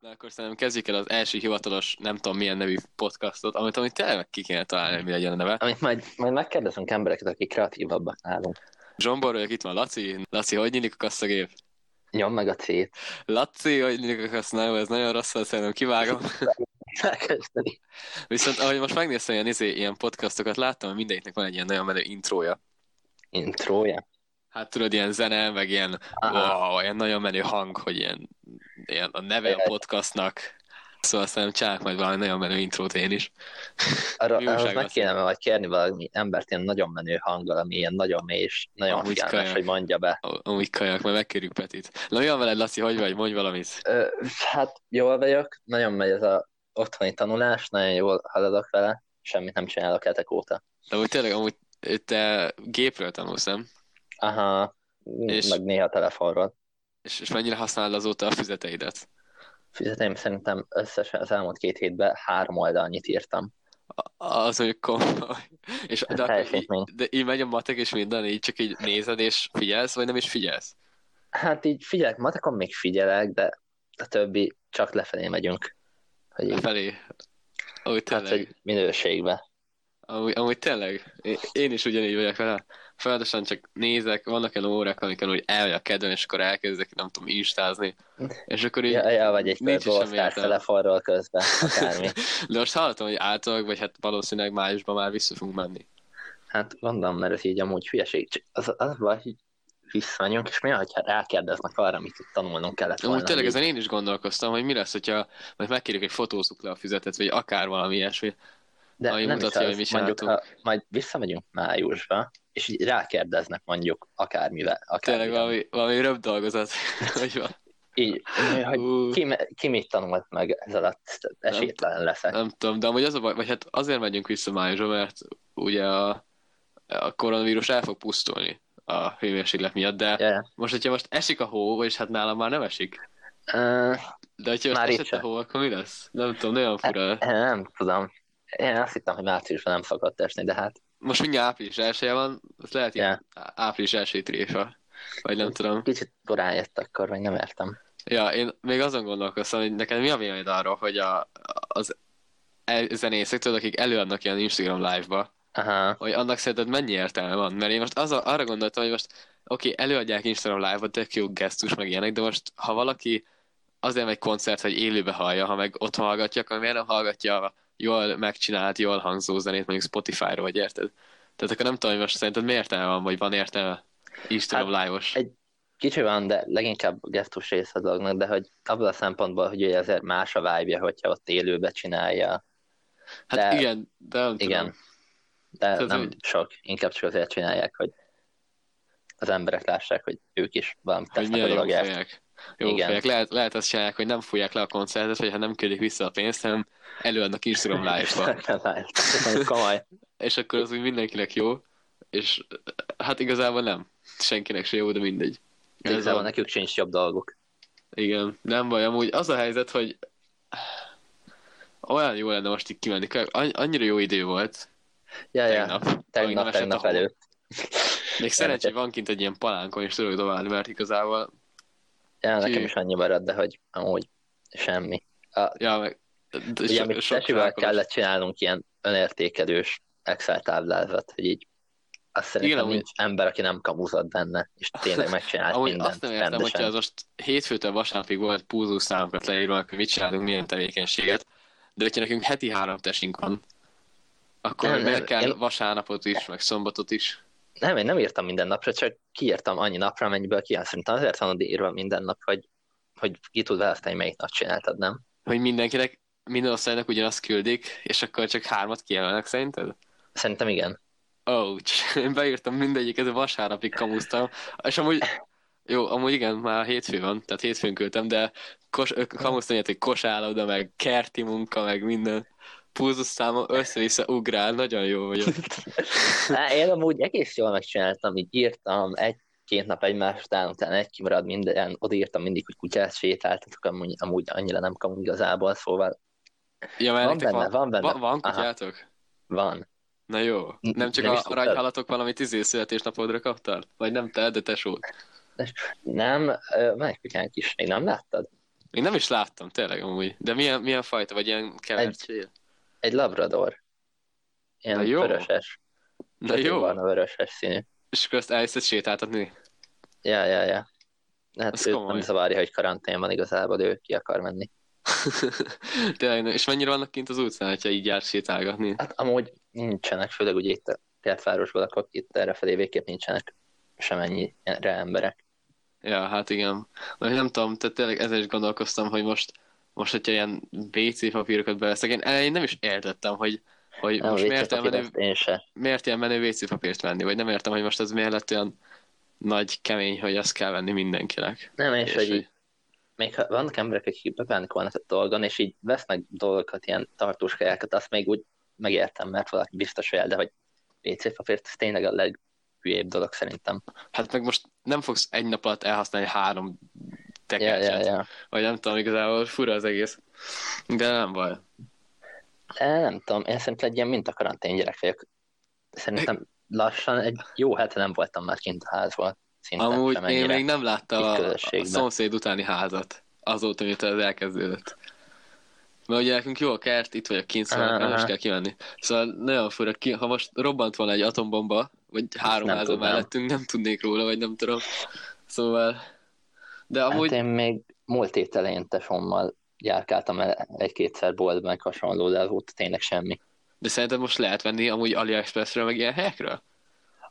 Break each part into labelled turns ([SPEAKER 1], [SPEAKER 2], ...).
[SPEAKER 1] Na akkor szerintem kezdjük el az első hivatalos, nem tudom milyen nevű podcastot, amit, amit tényleg ki kéne találni, hogy mi legyen a neve.
[SPEAKER 2] Amit majd, majd megkérdezünk embereket, akik kreatívabbak nálunk.
[SPEAKER 1] Zsombor vagyok, itt van Laci. Laci, hogy nyílik a kasszagép?
[SPEAKER 2] Nyom meg a C-t.
[SPEAKER 1] Laci, hogy nyílik a kasszagép? Ez nagyon rossz, volt, szerintem kivágom.
[SPEAKER 2] Elkezdeni.
[SPEAKER 1] Viszont ahogy most megnéztem ilyen, izé, ilyen podcastokat, láttam, hogy mindegyiknek van egy ilyen nagyon menő intrója.
[SPEAKER 2] Intrója. Ah,
[SPEAKER 1] Hát tudod, ilyen zene, meg ilyen,
[SPEAKER 2] Aha.
[SPEAKER 1] wow, ilyen nagyon menő hang, hogy ilyen, ilyen a neve a
[SPEAKER 2] Jaj.
[SPEAKER 1] podcastnak. Szóval szerintem csinálok majd valami nagyon menő intrót én is.
[SPEAKER 2] Arra
[SPEAKER 1] Mi újság
[SPEAKER 2] ahhoz meg
[SPEAKER 1] lesz?
[SPEAKER 2] kéne majd kérni valami embert ilyen nagyon menő hanggal, ami ilyen nagyon mély és nagyon
[SPEAKER 1] Amúgy
[SPEAKER 2] figyelmes,
[SPEAKER 1] kajak.
[SPEAKER 2] hogy mondja be.
[SPEAKER 1] Am- Amúgy kajak, majd megkérjük Petit. Na mi van veled, Laci, hogy vagy? Mondj valamit.
[SPEAKER 2] Ö, hát jól vagyok, nagyon megy ez a otthoni tanulás, nagyon jól haladok vele, semmit nem csinálok hetek óta.
[SPEAKER 1] De amúgy tényleg, amúgy eh, te gépről tanulsz, nem?
[SPEAKER 2] Aha,
[SPEAKER 1] És-
[SPEAKER 2] és... meg néha telefonról.
[SPEAKER 1] És, és mennyire használod azóta a füzeteidet?
[SPEAKER 2] Fizetem szerintem összesen az elmúlt két hétben három oldalnyit írtam.
[SPEAKER 1] A- Az mondjuk komoly. És, de, akkor így,
[SPEAKER 2] Teljesítmény.
[SPEAKER 1] de így megy a matek és minden, így csak így nézed és figyelsz, vagy nem is figyelsz?
[SPEAKER 2] Hát így figyelek, matekon még figyelek, de a többi csak lefelé megyünk. Hogy így,
[SPEAKER 1] Felé. Amúgy
[SPEAKER 2] hát,
[SPEAKER 1] tényleg,
[SPEAKER 2] hogy minőségbe.
[SPEAKER 1] amúgy, amúgy tényleg. Én, én is ugyanígy vagyok vele. Folyamatosan csak nézek, vannak olyan órák, amikor úgy elmegy a kedven, és akkor elkezdek, nem tudom, instázni. És akkor így,
[SPEAKER 2] Ja, ja, vagy egy
[SPEAKER 1] nincs
[SPEAKER 2] kört
[SPEAKER 1] is semmi
[SPEAKER 2] Goldstar
[SPEAKER 1] értelme.
[SPEAKER 2] telefonról közben, akármi.
[SPEAKER 1] De most hallottam, hogy általában, vagy hát valószínűleg májusban már vissza fogunk menni.
[SPEAKER 2] Hát gondolom, mert ez így amúgy hülyeség. Csak Az, az a baj, hogy visszanyunk, és mi, hogyha rákérdeznek arra, amit itt tanulnunk kellett volna.
[SPEAKER 1] Amúgy tényleg
[SPEAKER 2] így.
[SPEAKER 1] ezen én is gondolkoztam, hogy mi lesz, hogyha majd megkérjük, hogy fotózzuk le a füzetet, vagy akár valami ilyesmi.
[SPEAKER 2] De
[SPEAKER 1] ahogy
[SPEAKER 2] nem is
[SPEAKER 1] mutatja,
[SPEAKER 2] az.
[SPEAKER 1] hogy mi
[SPEAKER 2] mondjuk, ha
[SPEAKER 1] csináltunk.
[SPEAKER 2] majd visszamegyünk májusba, és így rákérdeznek mondjuk akármivel. akármivel.
[SPEAKER 1] Tényleg valami, valami röbb dolgozat. hogy van.
[SPEAKER 2] Így, hogy
[SPEAKER 1] Ú,
[SPEAKER 2] ki, me- ki mit tanult meg ez alatt, esélytelen leszek.
[SPEAKER 1] nem tudom, de amúgy az a baj, vagy hát azért megyünk vissza májusra, mert ugye a, a koronavírus el fog pusztulni a hőmérséklet miatt, de
[SPEAKER 2] Ja, ja.
[SPEAKER 1] most, hogyha most esik a hó, vagyis hát nálam már nem esik,
[SPEAKER 2] Ö,
[SPEAKER 1] de hogyha most
[SPEAKER 2] Már itt
[SPEAKER 1] esett
[SPEAKER 2] se. Hát-
[SPEAKER 1] a hó, akkor mi lesz? Nem tudom, nagyon fura.
[SPEAKER 2] Én Nem tudom. Én azt hittem, hogy márciusban nem szokott esni, de hát
[SPEAKER 1] Most mindjárt április elsője van, az lehet
[SPEAKER 2] Ja. Hm.
[SPEAKER 1] yeah. április első tréfa, vagy nem tudom.
[SPEAKER 2] kicsit korán jött akkor, vagy nem értem.
[SPEAKER 1] Ja, én még azon gondolkoztam, hogy neked mi a véleményed arról, hogy a, az el- zenészek, tudod, akik előadnak ilyen Instagram live-ba,
[SPEAKER 2] Aha.
[SPEAKER 1] hogy annak szerinted mennyi értelme van? Mert én most az a, arra gondoltam, hogy most oké, okay, előadják Instagram live-ba, tök jó gesztus, meg ilyenek, de most ha valaki azért megy koncert, hogy élőbe hallja, ha meg ott hallgatja, akkor miért nem hallgatja a jól megcsinált, jól hangzó zenét mondjuk Spotify-ról, vagy érted? Tehát akkor nem tudom, hogy most szerinted mi értelme van, vagy van értelme Instagram live-os?
[SPEAKER 2] Hát egy- Kicsi van, de leginkább gesztus rész a dolognak, de hogy abban a szempontból, hogy ő azért más a vibe hogyha ott élőbe csinálja.
[SPEAKER 1] Hát
[SPEAKER 2] de-
[SPEAKER 1] igen, de nem tudom.
[SPEAKER 2] Igen. De
[SPEAKER 1] Tehát,
[SPEAKER 2] nem
[SPEAKER 1] hogy-
[SPEAKER 2] sok, inkább csak azért csinálják, hogy az emberek lássák, hogy ők is valamit
[SPEAKER 1] Hogy
[SPEAKER 2] tesznek a
[SPEAKER 1] milyen jó
[SPEAKER 2] dologért.
[SPEAKER 1] fejek. Jó
[SPEAKER 2] Igen.
[SPEAKER 1] fejek. Lehet, lehet azt csinálják, hogy nem fújják le a koncertet, vagy ha nem küldik vissza a pénzt, hanem előadnak Instagram live-ba.
[SPEAKER 2] Live. Komoly.
[SPEAKER 1] és akkor az úgy mindenkinek jó, és hát igazából nem. Senkinek se jó, de mindegy. Ez
[SPEAKER 2] Igazából
[SPEAKER 1] a-
[SPEAKER 2] nekük sincs jobb dolguk.
[SPEAKER 1] Igen, nem baj, amúgy az a helyzet, hogy olyan jó lenne most így kimenni. Any- Annyira jó idő volt
[SPEAKER 2] Ja, ja.
[SPEAKER 1] tegnap. amíg nem
[SPEAKER 2] Tegnap,
[SPEAKER 1] esett
[SPEAKER 2] tegnap
[SPEAKER 1] a hó.
[SPEAKER 2] előtt.
[SPEAKER 1] Még szerencsé, hogy van kint egy ilyen palánkon, és tudok dobálni, mert igazából
[SPEAKER 2] Ja,
[SPEAKER 1] Ki-
[SPEAKER 2] nekem is annyi maradt, de hogy amúgy semmi. A,
[SPEAKER 1] ja, meg, de
[SPEAKER 2] ugye,
[SPEAKER 1] so-
[SPEAKER 2] amit
[SPEAKER 1] sok
[SPEAKER 2] tesivel
[SPEAKER 1] rákos.
[SPEAKER 2] kellett csinálnunk ilyen önértékelős Excel táblázat, hogy így azt szerintem
[SPEAKER 1] Igen, amúgy-
[SPEAKER 2] nincs ember, aki nem kamuzott benne, és tényleg megcsinált
[SPEAKER 1] Amúgy
[SPEAKER 2] mindent
[SPEAKER 1] azt nem értem, hogyha az most hétfőtől vasárnapig volt púzó számokat leírva, hogy mit csinálunk, milyen tevékenységet, de hogyha nekünk heti három testünk van, akkor
[SPEAKER 2] Nem,
[SPEAKER 1] nem, miért
[SPEAKER 2] nem,
[SPEAKER 1] kell
[SPEAKER 2] én-
[SPEAKER 1] vasárnapot is, meg szombatot is?
[SPEAKER 2] Nem, én nem írtam minden napra, csak kiírtam annyi napra, amennyiből ki. Szerintem azért van oda írva minden nap, hogy, hogy ki tud választani, melyik nap csináltad, nem?
[SPEAKER 1] Hogy mindenkinek, minden osztálynak ugyanazt küldik, és akkor csak hármat kijelölnek, szerinted?
[SPEAKER 2] Szerintem igen.
[SPEAKER 1] Ouch. Én beírtam mindegyiket, vasárnapig kamuztam, és amúgy jó, amúgy igen, már hétfő van, tehát hétfőn küldtem, de kos, ö, kamuztam ilyet, hogy kosálloda, meg kerti munka, meg minden. Púzus számom össze-vissza ugrál, nagyon jó vagyok.
[SPEAKER 2] Á, Én amúgy egész jól megcsináltam, így írtam egy két nap egymás után, utána egy kimarad minden, odaírtam mindig, hogy kutyát sétáltatok, amúgy, amúgy annyira nem kamu igazából, szóval
[SPEAKER 1] Ja, mert
[SPEAKER 2] van
[SPEAKER 1] nektek
[SPEAKER 2] benne,
[SPEAKER 1] van,
[SPEAKER 2] van benne,
[SPEAKER 1] van, van
[SPEAKER 2] Aha.
[SPEAKER 1] kutyátok?
[SPEAKER 2] van.
[SPEAKER 1] Na jó.
[SPEAKER 2] N-
[SPEAKER 1] Nem csak
[SPEAKER 2] nem is
[SPEAKER 1] a
[SPEAKER 2] tudtad?
[SPEAKER 1] aranyhalatok valamit izé születésnapodra kaptál? Vagy nem te, de tesód.
[SPEAKER 2] Nem, ö, melyik kutyánk is, még nem láttad?
[SPEAKER 1] Még nem is láttam, tényleg amúgy. De milyen, milyen fajta, vagy ilyen kevert? Egy...
[SPEAKER 2] Egy labrador. Ilyen
[SPEAKER 1] Na jó.
[SPEAKER 2] vöröses.
[SPEAKER 1] Na jó,
[SPEAKER 2] Van a vöröses színű.
[SPEAKER 1] és akkor azt elhiszed sétáltatni.
[SPEAKER 2] Ja, ja, ja. Hát
[SPEAKER 1] Az
[SPEAKER 2] őt
[SPEAKER 1] komoly.
[SPEAKER 2] nem zavarja, hogy karanténban igazából, de ő ki akar menni.
[SPEAKER 1] tényleg, nem. és mennyire vannak kint az utcán, hogyha így jár sétálgatni?
[SPEAKER 2] Hát amúgy nincsenek, főleg ugye itt a kertvárosban lakok, itt errefelé végképp nincsenek semennyire emberek.
[SPEAKER 1] Ja, hát igen. Vagy nem tudom, tehát tényleg ezen is gondolkoztam, hogy most, most hogyha ilyen WC papírokat beveszek, én elején nem is értettem, hogy, hogy
[SPEAKER 2] Nem,
[SPEAKER 1] most
[SPEAKER 2] vicces,
[SPEAKER 1] miért ilyen, menő,
[SPEAKER 2] aki ezt Én se.
[SPEAKER 1] miért ilyen menő WC papírt venni, vagy nem értem, hogy most ez miért lett olyan nagy kemény, hogy azt kell venni mindenkinek.
[SPEAKER 2] Nem, és,
[SPEAKER 1] És
[SPEAKER 2] hogy
[SPEAKER 1] hogy-
[SPEAKER 2] így, még ha vannak emberek, akik bepánikolnak a dolgon, és így vesznek dolgokat, ilyen tartóskájákat, azt még úgy megértem, mert valaki biztos hogy el, de hogy WC papírt, ez tényleg a leghülyébb dolog szerintem.
[SPEAKER 1] Hát meg most nem fogsz egy nap alatt elhasználni három
[SPEAKER 2] Ja,
[SPEAKER 1] tekercset,
[SPEAKER 2] ja, ja.
[SPEAKER 1] vagy nem tudom, igazából fura az egész. De nem baj.
[SPEAKER 2] De nem tudom, én szerintem egy ilyen mintakarantén gyerek vagyok. Szerintem lassan egy jó hete nem voltam már kint a házból. Szinte
[SPEAKER 1] Amúgy én
[SPEAKER 2] semennyire.
[SPEAKER 1] még nem láttam
[SPEAKER 2] Itt
[SPEAKER 1] a, a
[SPEAKER 2] közösségben.
[SPEAKER 1] szomszéd utáni házat azóta, mióta ez elkezdődött. Mert ugye nekünk jó a kert, itt vagyok kint, szóval
[SPEAKER 2] Aha,
[SPEAKER 1] nekem nem is
[SPEAKER 2] aha.
[SPEAKER 1] kell kimenni. Szóval nagyon fura, ki, ha most robbant volna egy atombomba, vagy három
[SPEAKER 2] Nem
[SPEAKER 1] házam
[SPEAKER 2] tudnám.
[SPEAKER 1] mellettünk, nem tudnék róla, vagy nem tudom. Szóval... De amúgy
[SPEAKER 2] Hát én még múlt hét elején tesómmal járkáltam el egy-kétszer boltban, meg hasonló, de volt tényleg semmi.
[SPEAKER 1] De szerintem most lehet venni amúgy AliExpressről, meg ilyen helyekről?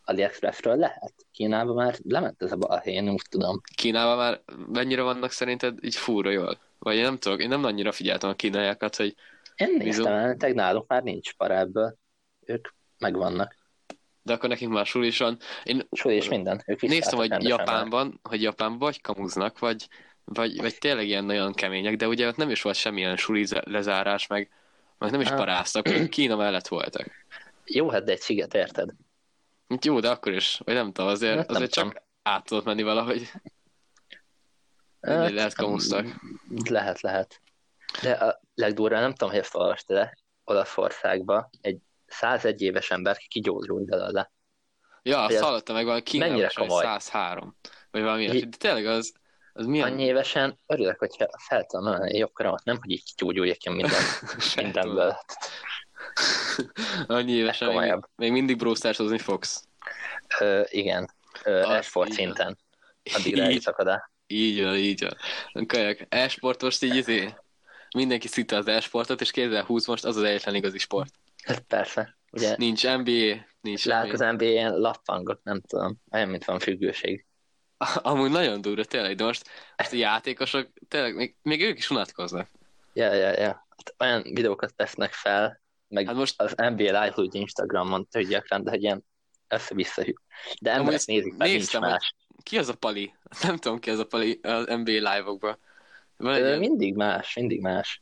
[SPEAKER 2] AliExpressről lehet. Kínában már lement ez a balhé, én úgy tudom.
[SPEAKER 1] Kínában már mennyire vannak szerinted így fúra jól? Vagy én nem tudok, én nem annyira figyeltem a kínaiakat, hogy
[SPEAKER 2] Én
[SPEAKER 1] Bizony.
[SPEAKER 2] néztem el, tehát náluk már nincs para ebből. Ők megvannak.
[SPEAKER 1] de akkor nekünk már sul is van. Én
[SPEAKER 2] Súly és minden. Ők
[SPEAKER 1] néztem,
[SPEAKER 2] visszaálltak
[SPEAKER 1] hogy
[SPEAKER 2] rendesen már.
[SPEAKER 1] Japánban, hogy Japánban vagy kamuznak, vagy, vagy, vagy tényleg ilyen nagyon kemények, de ugye ott nem is volt semmilyen suli ze- lezárás, meg, meg nem is
[SPEAKER 2] Ah.
[SPEAKER 1] paráztak, Kína mellett voltak.
[SPEAKER 2] Jó, hát de egy sziget, érted?
[SPEAKER 1] Hát Jó, de akkor is, vagy nem tudom, azért,
[SPEAKER 2] Hát nem
[SPEAKER 1] azért csak
[SPEAKER 2] tudom.
[SPEAKER 1] át tudott menni valahogy. Mindegy,
[SPEAKER 2] Hát, mm,
[SPEAKER 1] lehet kamuztak.
[SPEAKER 2] Lehet, lehet. De a legdurvább, nem tudom, hogy ezt olvastad de Olaszországba egy 101 éves ember kigyógyult belőle.
[SPEAKER 1] Ja,
[SPEAKER 2] Hogy
[SPEAKER 1] azt
[SPEAKER 2] ez
[SPEAKER 1] hallottam meg valami Kínában,
[SPEAKER 2] mennyire
[SPEAKER 1] is, hogy
[SPEAKER 2] komoly.
[SPEAKER 1] 103, vagy valami
[SPEAKER 2] Hi-
[SPEAKER 1] ilyesmi. De tényleg az, az milyen
[SPEAKER 2] Annyi évesen örülök, hogyha fel tudom emelni a jobb karamat, nem, hogy így kigyógyuljak ki minden, mindenből.
[SPEAKER 1] Annyi évesen még,
[SPEAKER 2] komolyabb.
[SPEAKER 1] még mindig brósztársozni fogsz.
[SPEAKER 2] Ö, igen, Ö,
[SPEAKER 1] Azt
[SPEAKER 2] esport
[SPEAKER 1] így.
[SPEAKER 2] szinten. Addig
[SPEAKER 1] Így,
[SPEAKER 2] eljutok oda.
[SPEAKER 1] így van, így van. Kölyök, e-sport most így izé. Mindenki szita az e-sportot, és 2020 most az az egyetlen igazi sport.
[SPEAKER 2] Hát persze. Ugye
[SPEAKER 1] Nincs NBA, nincs
[SPEAKER 2] lát
[SPEAKER 1] semmi.
[SPEAKER 2] az NBA-en lappangok, nem tudom, olyan, mint van függőség.
[SPEAKER 1] Amúgy nagyon durva, tényleg, de most, most a játékosok, tényleg, még, még ők is unatkoznak.
[SPEAKER 2] Ja, ja, ja. Hát olyan videókat tesznek fel, meg
[SPEAKER 1] Hát most
[SPEAKER 2] az NBA live úgy Instagramon, hogy gyakran, de hogy ilyen össze-vissza hű. De
[SPEAKER 1] Amúgy
[SPEAKER 2] emberek
[SPEAKER 1] ezt
[SPEAKER 2] nézik, mert nincs
[SPEAKER 1] néztem, hogy
[SPEAKER 2] más.
[SPEAKER 1] ki az a Pali? Nem tudom, ki az a Pali az NBA live-okban. Van egy
[SPEAKER 2] Ö,
[SPEAKER 1] ilyen,
[SPEAKER 2] mindig más, mindig más.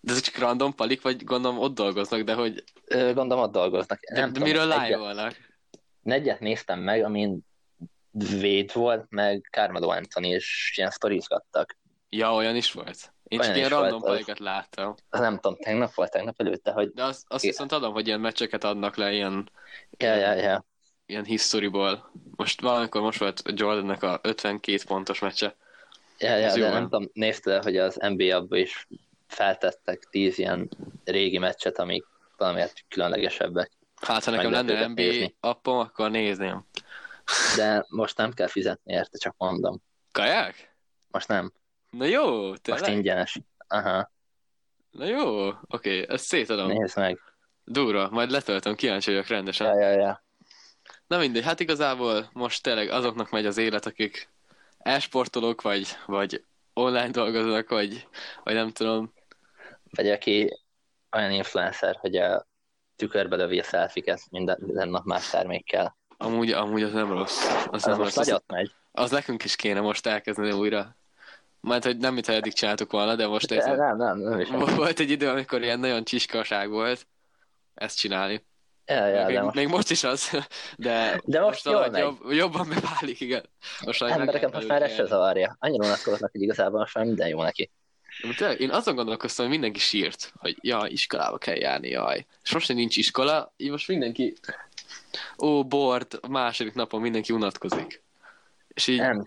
[SPEAKER 1] de ezek csak random palik, vagy gondolom ott dolgoznak, de hogy
[SPEAKER 2] Ö, gondolom ott dolgoznak.
[SPEAKER 1] de,
[SPEAKER 2] Nem
[SPEAKER 1] de
[SPEAKER 2] tudom,
[SPEAKER 1] miről
[SPEAKER 2] egyet,
[SPEAKER 1] live-olnak?
[SPEAKER 2] egyet néztem meg, amin Véd volt, meg Carmelo Anthony, és ilyen sztorizgattak.
[SPEAKER 1] Ja, olyan is volt. Én csak
[SPEAKER 2] Olyan
[SPEAKER 1] ilyen
[SPEAKER 2] is volt
[SPEAKER 1] random
[SPEAKER 2] az.
[SPEAKER 1] palikat láttam.
[SPEAKER 2] Az nem tudom, tegnap volt, tegnap előtte, hogy
[SPEAKER 1] De azt, azt
[SPEAKER 2] Igen.
[SPEAKER 1] viszont adom, hogy ilyen meccseket adnak le, ilyen,
[SPEAKER 2] ja, ja, ja.
[SPEAKER 1] ilyen historyból. Most valamikor most volt Jordannek a 52 pontos meccse.
[SPEAKER 2] ja, ja
[SPEAKER 1] Ez jó,
[SPEAKER 2] de
[SPEAKER 1] nem?
[SPEAKER 2] nem tudom, nézted el, hogy az NBA abban is feltettek tíz ilyen régi meccset, amik valamiért különlegesebbek.
[SPEAKER 1] Hát, ha nekem
[SPEAKER 2] Meg lehet
[SPEAKER 1] lenne
[SPEAKER 2] őket
[SPEAKER 1] NBA
[SPEAKER 2] nézni.
[SPEAKER 1] appom, akkor nézném.
[SPEAKER 2] De most nem kell fizetni érte, csak mondom.
[SPEAKER 1] Kaják?
[SPEAKER 2] Most nem.
[SPEAKER 1] Na jó,
[SPEAKER 2] Most
[SPEAKER 1] tényleg?
[SPEAKER 2] ingyenes. Aha,
[SPEAKER 1] Na jó, oké, ezt szétadom.
[SPEAKER 2] nézd meg.
[SPEAKER 1] Durva, majd letöltöm, kíváncsi vagyok rendesen.
[SPEAKER 2] Ja, ja, ja.
[SPEAKER 1] Na mindegy, hát igazából most tényleg azoknak megy az élet, akik esportolók, vagy, vagy online dolgoznak, vagy, vagy nem tudom.
[SPEAKER 2] Vagy aki olyan influencer, hogy a tükörbe lövi a selfiket minden, minden nap más termékkel.
[SPEAKER 1] Amúgy, amúgy az nem rossz. Az,
[SPEAKER 2] Az
[SPEAKER 1] nem
[SPEAKER 2] most
[SPEAKER 1] rossz.
[SPEAKER 2] nagyot megy.
[SPEAKER 1] Az nekünk is kéne most elkezdeni újra. Mert hogy nem, mintha eddig csináltuk volna, de most
[SPEAKER 2] De
[SPEAKER 1] ez,
[SPEAKER 2] nem, nem, nem is.
[SPEAKER 1] volt egy idő, amikor ilyen nagyon csiskaság volt ezt csinálni.
[SPEAKER 2] Ja, ja,
[SPEAKER 1] még,
[SPEAKER 2] de
[SPEAKER 1] még,
[SPEAKER 2] most
[SPEAKER 1] még most is az, de,
[SPEAKER 2] De most jól
[SPEAKER 1] valahogy
[SPEAKER 2] megy.
[SPEAKER 1] jobb, jobban beválik, igen. Most valahogy meg
[SPEAKER 2] embereket
[SPEAKER 1] kell
[SPEAKER 2] most már ez se
[SPEAKER 1] belőle
[SPEAKER 2] zavarja. Annyira unatkoznak, hogy igazából most már minden jó neki.
[SPEAKER 1] élni. Tényleg, Én azon gondolkoztam, hogy mindenki sírt, hogy jaj, iskolába kell járni, jaj. És most, hogy nincs iskola, így most mindenki, ó, bord, a második napon mindenki unatkozik. És így,
[SPEAKER 2] Nem,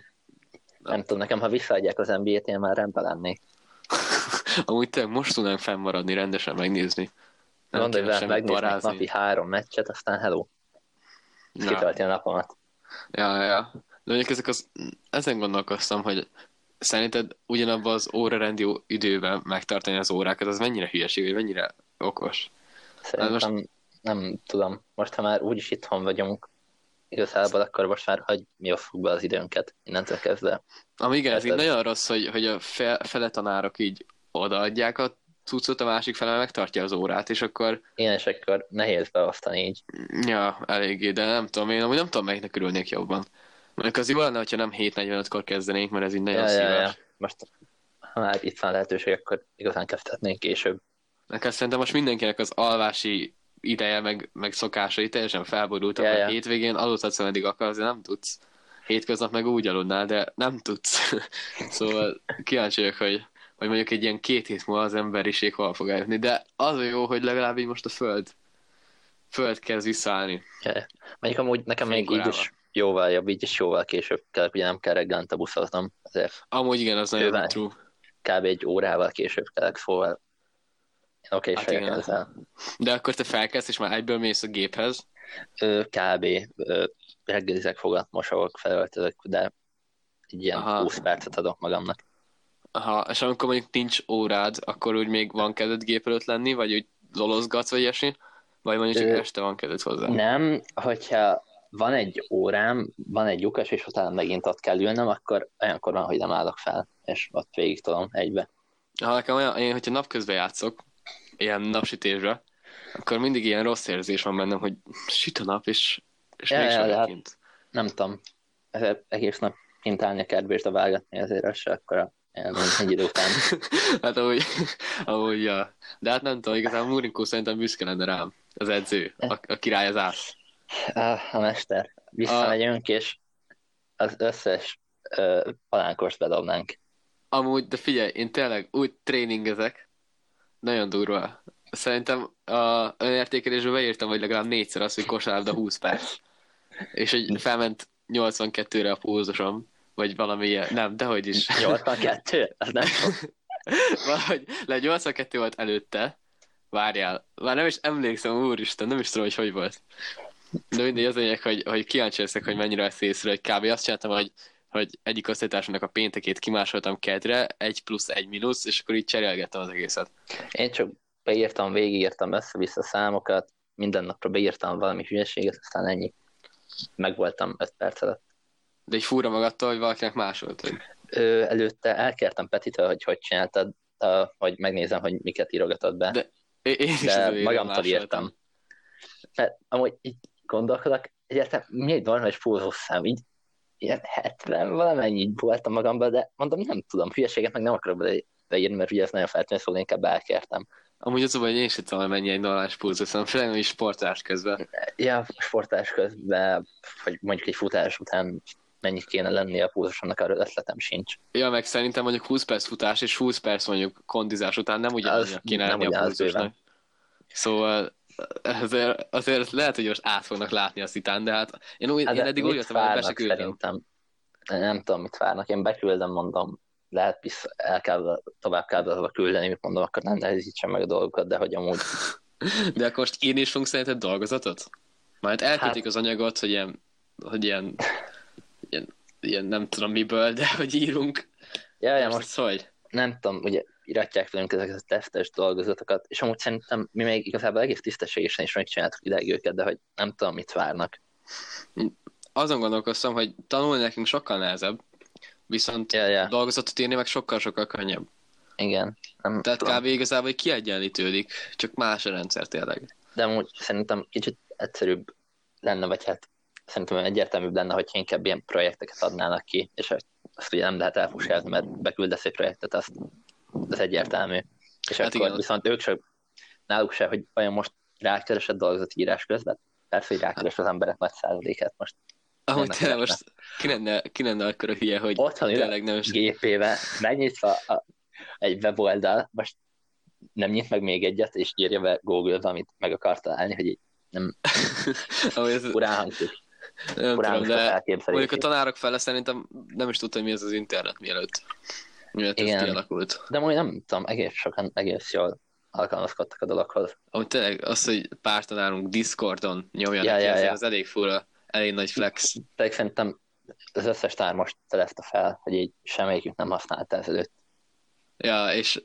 [SPEAKER 2] nem tudom, nekem ha visszaadják az NBA-t, én már rendben lennék.
[SPEAKER 1] Amúgy tényleg most tudnánk fennmaradni, rendesen megnézni. Nem
[SPEAKER 2] Gondolj
[SPEAKER 1] kéne
[SPEAKER 2] vele,
[SPEAKER 1] semmit
[SPEAKER 2] megnéznék
[SPEAKER 1] parázni.
[SPEAKER 2] napi három meccset, aztán hello,
[SPEAKER 1] Ja,
[SPEAKER 2] kitölti a napomat.
[SPEAKER 1] ja, ja. De mondjuk ezek az, ezen gondolkoztam, hogy szerinted ugyanabban az órarendi időben megtartani az órákat, az mennyire hülyeség, vagy mennyire okos?
[SPEAKER 2] Szerintem most... nem tudom. Most, ha már úgyis itthon vagyunk, igazából akkor most már hagyni a fukba az időnket innentől kezdve.
[SPEAKER 1] Ami igen, ez
[SPEAKER 2] Hát
[SPEAKER 1] így
[SPEAKER 2] ez-
[SPEAKER 1] nagyon rossz, hogy, hogy a fe, fele tanárok így odaadják a cuccot, a másik fele meg megtartja az órát, és akkor
[SPEAKER 2] Ilyen és akkor nehéz beosztani így.
[SPEAKER 1] ja, eléggé, de nem tudom, én amúgy nem tudom, melyiknek örülnék jobban. Mondjuk az jó lenne, hogyha nem 7.45-kor kezdenénk, mert ez így nagyon
[SPEAKER 2] Ja,
[SPEAKER 1] ja,
[SPEAKER 2] ja,
[SPEAKER 1] szívás.
[SPEAKER 2] ja. Most, ha már itt van lehetőség, akkor igazán kezdhetnénk később.
[SPEAKER 1] Nekem szerintem most mindenkinek az alvási ideje, meg, meg szokásai teljesen felborultak,
[SPEAKER 2] Ja,
[SPEAKER 1] yeah,
[SPEAKER 2] ja.
[SPEAKER 1] yeah. hétvégén aludhatsz, ameddig akarsz, de nem tudsz. Hétköznap meg úgy aludnál, de nem tudsz. szóval kíváncsi vagyok, hogy, hogy mondjuk egy ilyen két hét múlva az emberiség hol fog eljutni, de az a jó, hogy legalább így most a föld föld kezd visszaállni.
[SPEAKER 2] Mondjuk amúgy nekem még így is jóval jobb, így is jóval később kell, ugye nem kell reggelente buszoznom, ezért
[SPEAKER 1] Amúgy igen, az nagyon
[SPEAKER 2] Bőven.
[SPEAKER 1] true.
[SPEAKER 2] kb. egy órával később kellek, szóval én oké is
[SPEAKER 1] Hát
[SPEAKER 2] vagyok
[SPEAKER 1] igen.
[SPEAKER 2] ezzel.
[SPEAKER 1] De akkor te felkelsz, és már egyből mész a géphez.
[SPEAKER 2] Ö, kb. Ö, reggelizek, fogat, mosogok, felöltözök, de egy ilyen
[SPEAKER 1] Aha.
[SPEAKER 2] 20 percet adok magamnak.
[SPEAKER 1] Aha, és amikor mondjuk nincs órád, akkor úgy még van kedved gép előtt lenni, vagy úgy lolozgatsz, vagy ilyesmi? Vagy mondjuk csak
[SPEAKER 2] Ö,
[SPEAKER 1] este van kedved hozzá?
[SPEAKER 2] Nem, hogyha van egy órám, van egy lyukas, és utána megint ott kell ülnöm, akkor olyankor van, hogy nem állok fel, és ott végig tolom egybe.
[SPEAKER 1] Ha nekem olyan, én, hogyha napközben játszok, ilyen napsütésre, akkor mindig ilyen rossz érzés van bennem, hogy süt a nap, és, és
[SPEAKER 2] Ja,
[SPEAKER 1] ja, mégsem
[SPEAKER 2] ja, de
[SPEAKER 1] ja,
[SPEAKER 2] hát-
[SPEAKER 1] kint.
[SPEAKER 2] Nem tudom, ezért egész nap kint állni a kertbe és dobálgatni azért az se akkora élmény egy idő után.
[SPEAKER 1] Hát amúgy, amúgy ja. De hát nem tudom, igazán Murinkó szerintem büszke lenne rám. Az edző, a, a király az ász.
[SPEAKER 2] Ah, A mester. Visszamegyünk, és az összes ö, palánkost bedobnánk.
[SPEAKER 1] Amúgy, de figyelj, én tényleg úgy tréningezek, nagyon durva. Szerintem a önértékelésbe beírtam, hogy legalább négyszer az, hogy kosárlabda 20 perc. És hogy felment 82-re a pulzusom, vagy valami ilyen. Nem, dehogy is.
[SPEAKER 2] 82? Az nem sok.
[SPEAKER 1] Valahogy le 82 volt előtte. Várjál. Már nem is emlékszem, úristen, nem is tudom, hogy hogy volt. De mindegy, az a lényeg, hogy, hogy kíváncsi leszek, hogy mennyire lesz észre, hogy kb. azt csináltam, hogy, hogy egyik osztálytársamnak a péntekét kimásoltam kedre, egy plusz, egy mínusz, és akkor így cserélgettem az egészet.
[SPEAKER 2] Én csak beírtam, végigírtam össze-vissza számokat, minden napra beírtam valami hülyeséget, aztán ennyi. Megvoltam 5 perc alatt.
[SPEAKER 1] De így fúra magadtól, hogy valakinek más volt. hogy-
[SPEAKER 2] Ö, előtte elkértem Petitől, hogy hogy csináltad, ö, hogy megnézem, hogy miket írogatod be,
[SPEAKER 1] De É- Én is az
[SPEAKER 2] de,
[SPEAKER 1] a végén
[SPEAKER 2] magamtól
[SPEAKER 1] másoltam.
[SPEAKER 2] írtam. Mert amúgy így gondolkodok, egyáltalán mi egy normális pulzusszám, így ilyen 70 valamennyi így voltam magamban, de mondom, nem tudom, hülyeséget meg nem akarok bele- beírni, mert ugye ez nagyon feltűnő, szóval inkább elkértem.
[SPEAKER 1] Amúgy az a baj, hogy én sem tudom, hogy mennyi egy normális pulzusom, főleg nem is sportás közben.
[SPEAKER 2] Ja, sportás közben, vagy mondjuk egy futás után mennyit kéne lenni a pulzusomnak, arra ötletem sincs.
[SPEAKER 1] Ja, meg szerintem mondjuk 20 perc futás és 20 perc mondjuk kondizás után nem ugyanaz
[SPEAKER 2] Az
[SPEAKER 1] kéne
[SPEAKER 2] nem
[SPEAKER 1] állni a
[SPEAKER 2] ugyanaz,
[SPEAKER 1] pulzusnak. Szóval azért, azért lehet, hogy most át fognak látni azt itán, de hát én, úgy,
[SPEAKER 2] Hát
[SPEAKER 1] én
[SPEAKER 2] de
[SPEAKER 1] eddig
[SPEAKER 2] mit
[SPEAKER 1] úgy jöttem, hogy be se
[SPEAKER 2] várnak
[SPEAKER 1] küldöm.
[SPEAKER 2] szerintem? Nem tudom, mit várnak. Én beküldöm, mondom, lehet vissza, el kell, tovább kell be- küldeni, mit mondom, akkor nem nehezítsen meg a dolgokat, de hogy amúgy
[SPEAKER 1] De akkor most írni is fogunk szerinted dolgozatot? Majd elküldték
[SPEAKER 2] Hát-
[SPEAKER 1] az anyagot, hogy ilyen, hogy ilyen, ilyen, ilyen, nem tudom miből, de hogy írunk.
[SPEAKER 2] Jaj,
[SPEAKER 1] most,
[SPEAKER 2] most
[SPEAKER 1] most hogy?
[SPEAKER 2] nem tudom, ugye iratják velünk ezeket a tesztes dolgozatokat, és amúgy szerintem mi még igazából egész tisztességesen is megcsináltuk ideig őket, de hogy nem tudom, mit várnak.
[SPEAKER 1] Azon gondolkoztam, hogy tanulni nekünk sokkal nehezebb, viszont
[SPEAKER 2] Ja, ja,
[SPEAKER 1] dolgozatot írni meg sokkal-sokkal könnyebb.
[SPEAKER 2] igen. Nem
[SPEAKER 1] Tehát
[SPEAKER 2] tudom.
[SPEAKER 1] kb. igazából hogy kiegyenlítődik, csak más a rendszer tényleg.
[SPEAKER 2] De amúgy szerintem kicsit egyszerűbb lenne, vagy hát szerintem egyértelműbb lenne, hogy inkább ilyen projekteket adnának ki, és azt ugye nem lehet elfusálni, mert beküldesz egy projektet, azt, az egyértelmű.
[SPEAKER 1] Hát
[SPEAKER 2] És hát akkor
[SPEAKER 1] igen.
[SPEAKER 2] igen. viszont ők se, náluk se, hogy vajon most rákeresett dolgozatírás közben, persze, hogy rákeres az emberek nagy százalékát most.
[SPEAKER 1] Amúgy
[SPEAKER 2] Ennek
[SPEAKER 1] tényleg
[SPEAKER 2] lehetne.
[SPEAKER 1] most ki lenne, ki lenne akkor a hülye, hogy
[SPEAKER 2] Otthon ül a
[SPEAKER 1] tényleg nem is...
[SPEAKER 2] gépével, megnyitva a, egy weboldal, most nem nyit meg még egyet, és írja be Google-be, amit meg akar találni, hogy így
[SPEAKER 1] Amúgy ez,
[SPEAKER 2] furán hangzik,
[SPEAKER 1] nem
[SPEAKER 2] furán
[SPEAKER 1] tudom, de
[SPEAKER 2] elképzelés.
[SPEAKER 1] mondjuk a tanárok fele szerintem nem is tudta, hogy mi ez az internet mielőtt. miért ez
[SPEAKER 2] Igen.
[SPEAKER 1] kialakult.
[SPEAKER 2] De amúgy nem tudom, egész sokan egész jól alkalmazkodtak a dologhoz.
[SPEAKER 1] Amúgy tényleg az, hogy pártanárunk Discordon nyomja
[SPEAKER 2] Ja,
[SPEAKER 1] neki,
[SPEAKER 2] ja,
[SPEAKER 1] azért
[SPEAKER 2] ja.
[SPEAKER 1] az elég fura, elég nagy flex.
[SPEAKER 2] Pedig szerintem az összes tár most szerezte fel, hogy így semmelyikük nem használta ezelőtt.
[SPEAKER 1] Ja, és...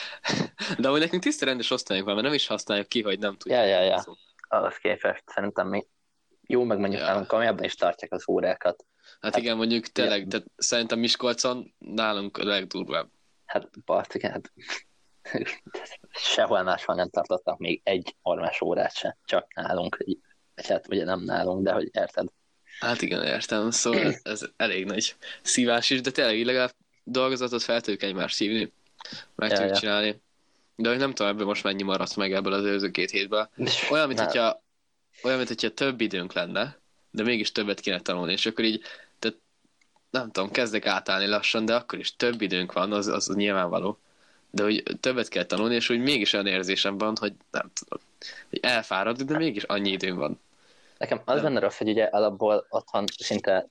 [SPEAKER 1] De amúgy nekünk tiszta rendes osztályunk van, mert nem is használjuk ki, hogy nem tudjuk.
[SPEAKER 2] Ja, ja, ja.
[SPEAKER 1] Szóval-
[SPEAKER 2] Ahhoz képest szerintem mi jó, meg mondjuk
[SPEAKER 1] Ja.
[SPEAKER 2] nálunk komolyabban is tartják az órákat.
[SPEAKER 1] Hát igen, mondjuk tényleg, tehát szerintem Miskolcon nálunk a legdurvább.
[SPEAKER 2] Hát Bartik, hát sehol máshol nem tartottak még egy ormás órát se, csak nálunk. Így- vagy Hát ugye nem nálunk, de hogy érted.
[SPEAKER 1] Hát igen, értem, szóval ez elég nagy szívás is, de tényleg így legalább dolgozatot fel tudjuk egymást hívni, meg
[SPEAKER 2] Ja,
[SPEAKER 1] tudjuk
[SPEAKER 2] ja.
[SPEAKER 1] csinálni. De hogy nem tudom, ebből most mennyi maradt meg ebből az előző két hétből. Olyan, mint
[SPEAKER 2] Na,
[SPEAKER 1] hogyha, olyan, mint hogyha több időnk lenne, de mégis többet kéne tanulni, és akkor így, tehát nem tudom, kezdek átállni lassan, de akkor is több időnk van, az, az nyilvánvaló. De hogy többet kell tanulni, és úgy mégis olyan érzésem van, hogy nem tudom, hogy elfáradok, de mégis annyi időm van.
[SPEAKER 2] Nekem az lenne rossz, hogy ugye alapból otthon szinte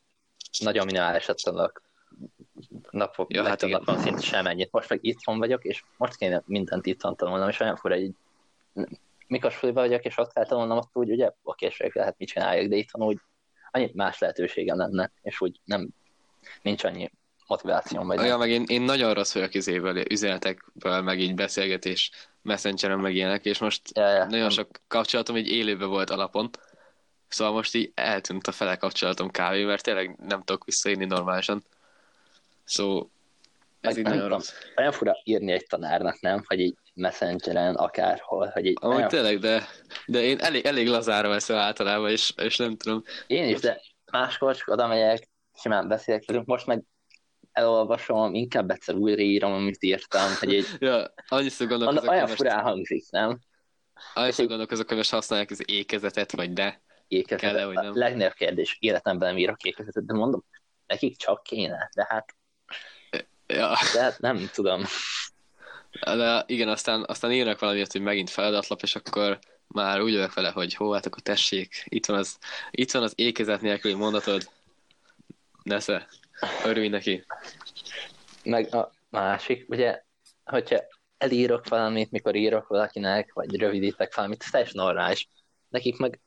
[SPEAKER 2] nagyon minimálisat tanulok. Napok,
[SPEAKER 1] Ja,
[SPEAKER 2] ja,
[SPEAKER 1] hát
[SPEAKER 2] hát
[SPEAKER 1] igen.
[SPEAKER 2] napon szinte semennyit. Most meg itthon vagyok, és most kéne mindent itthon tanulnom, és olyan fura, így mikor suliba vagyok, és ott kell tanulnom, ott úgy ugye, oké, és ők lehet mit csináljak, de itthon úgy annyit más lehetőségem lenne, és úgy nem, nincs annyi motivációm, vagy
[SPEAKER 1] Ja,
[SPEAKER 2] nem.
[SPEAKER 1] meg én, én nagyon rossz vagyok izéből, üzenetekből, meg így beszélgetés, messengeren meg ilyenek, és most
[SPEAKER 2] Ja, ja,
[SPEAKER 1] nagyon sok kapcsolatom így élőben volt alapon, szóval most így eltűnt a fele kapcsolatom kávé, mert tényleg nem tudok visszaírni normálisan. Szó, ez
[SPEAKER 2] Meg
[SPEAKER 1] így
[SPEAKER 2] nem
[SPEAKER 1] nagyon
[SPEAKER 2] tudom.
[SPEAKER 1] rossz.
[SPEAKER 2] Olyan fura írni egy tanárnak, nem? Hogy így messengeren, akárhol, hogy így
[SPEAKER 1] Amúgy
[SPEAKER 2] olyan
[SPEAKER 1] tényleg, de, de én elég, elég lazára veszem általában, és, és nem tudom.
[SPEAKER 2] Én is, de máskor csak oda megyek, simán beszélek velük. Most meg elolvasom, inkább egyszer újraírom, amit írtam, hogy így
[SPEAKER 1] Ja, annyiszor
[SPEAKER 2] olyan,
[SPEAKER 1] gondolkozok,
[SPEAKER 2] olyan
[SPEAKER 1] hogy most,
[SPEAKER 2] furán hangzik, nem?
[SPEAKER 1] annyiszor gondolkozok, hogy most használják az ékezetet, vagy de.
[SPEAKER 2] Ékezetet.
[SPEAKER 1] Kell-e, vagy nem?
[SPEAKER 2] A legnagyobb kérdés, életemben nem írok ékezetet, de mondom, nekik csak kéne, de hát,
[SPEAKER 1] Ja.
[SPEAKER 2] de hát nem tudom.
[SPEAKER 1] De igen, aztán, aztán írnak valamiért, hogy megint feladatlap, és akkor már úgy vagyok vele, hogy hó, hát akkor tessék, itt van az, itt van az ékezet nélküli mondatod. Nesze, örülj neki.
[SPEAKER 2] Meg a másik, ugye, hogyha elírok valamit, mikor írok valakinek, vagy rövidítek valamit, ez teljesen normális. Nekik meg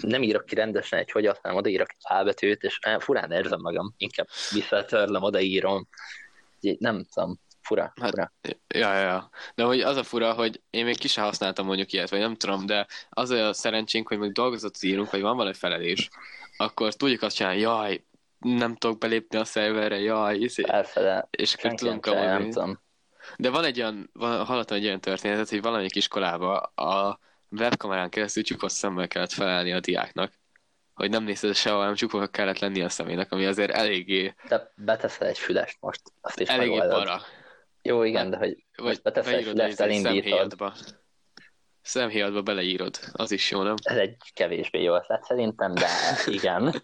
[SPEAKER 2] nem írok ki rendesen egy hogy, hanem odaírok egy álbetűt, és olyan furán érzem magam. Inkább visszatörlöm, odaírom. Úgyhogy Nem tudom, fura,
[SPEAKER 1] Hát-
[SPEAKER 2] fura.
[SPEAKER 1] Ja, ja, ja. De hogy az a fura, hogy én még ki sem használtam mondjuk ilyet, vagy nem tudom, de az a szerencsénk, hogy még dolgozatot írunk, vagy van valami felelés, akkor tudjuk azt csinálni, jaj, nem tudok belépni a szerverre, jaj, izé.
[SPEAKER 2] Persze, de
[SPEAKER 1] és akkor
[SPEAKER 2] senki
[SPEAKER 1] tudunk
[SPEAKER 2] nem kell,
[SPEAKER 1] kavarni.
[SPEAKER 2] nem tudom.
[SPEAKER 1] De van egy olyan, van, hallottam egy olyan történetet, hogy valamelyik iskolába a webkamerán keresztül csukott szemmel kellett felelni a diáknak, hogy nem nézted sehol, hanem csukva kellett lenni a szemének, ami azért eléggé,
[SPEAKER 2] De beteszel egy fülest most, azt is
[SPEAKER 1] eléggé
[SPEAKER 2] megoldod.
[SPEAKER 1] para.
[SPEAKER 2] Jó, igen, de hogy
[SPEAKER 1] Vagy
[SPEAKER 2] beteszed,
[SPEAKER 1] beírod
[SPEAKER 2] lesz,
[SPEAKER 1] a izé-
[SPEAKER 2] elindítod.
[SPEAKER 1] szemhéjadba. Szemhéjadba beleírod, az is jó, nem?
[SPEAKER 2] ez egy kevésbé jó ötlet szerintem, de igen.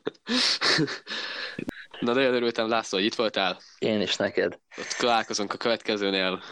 [SPEAKER 1] Na, nagyon örültem, László, hogy itt voltál.
[SPEAKER 2] Én is neked.
[SPEAKER 1] Ott találkozunk a következőnél.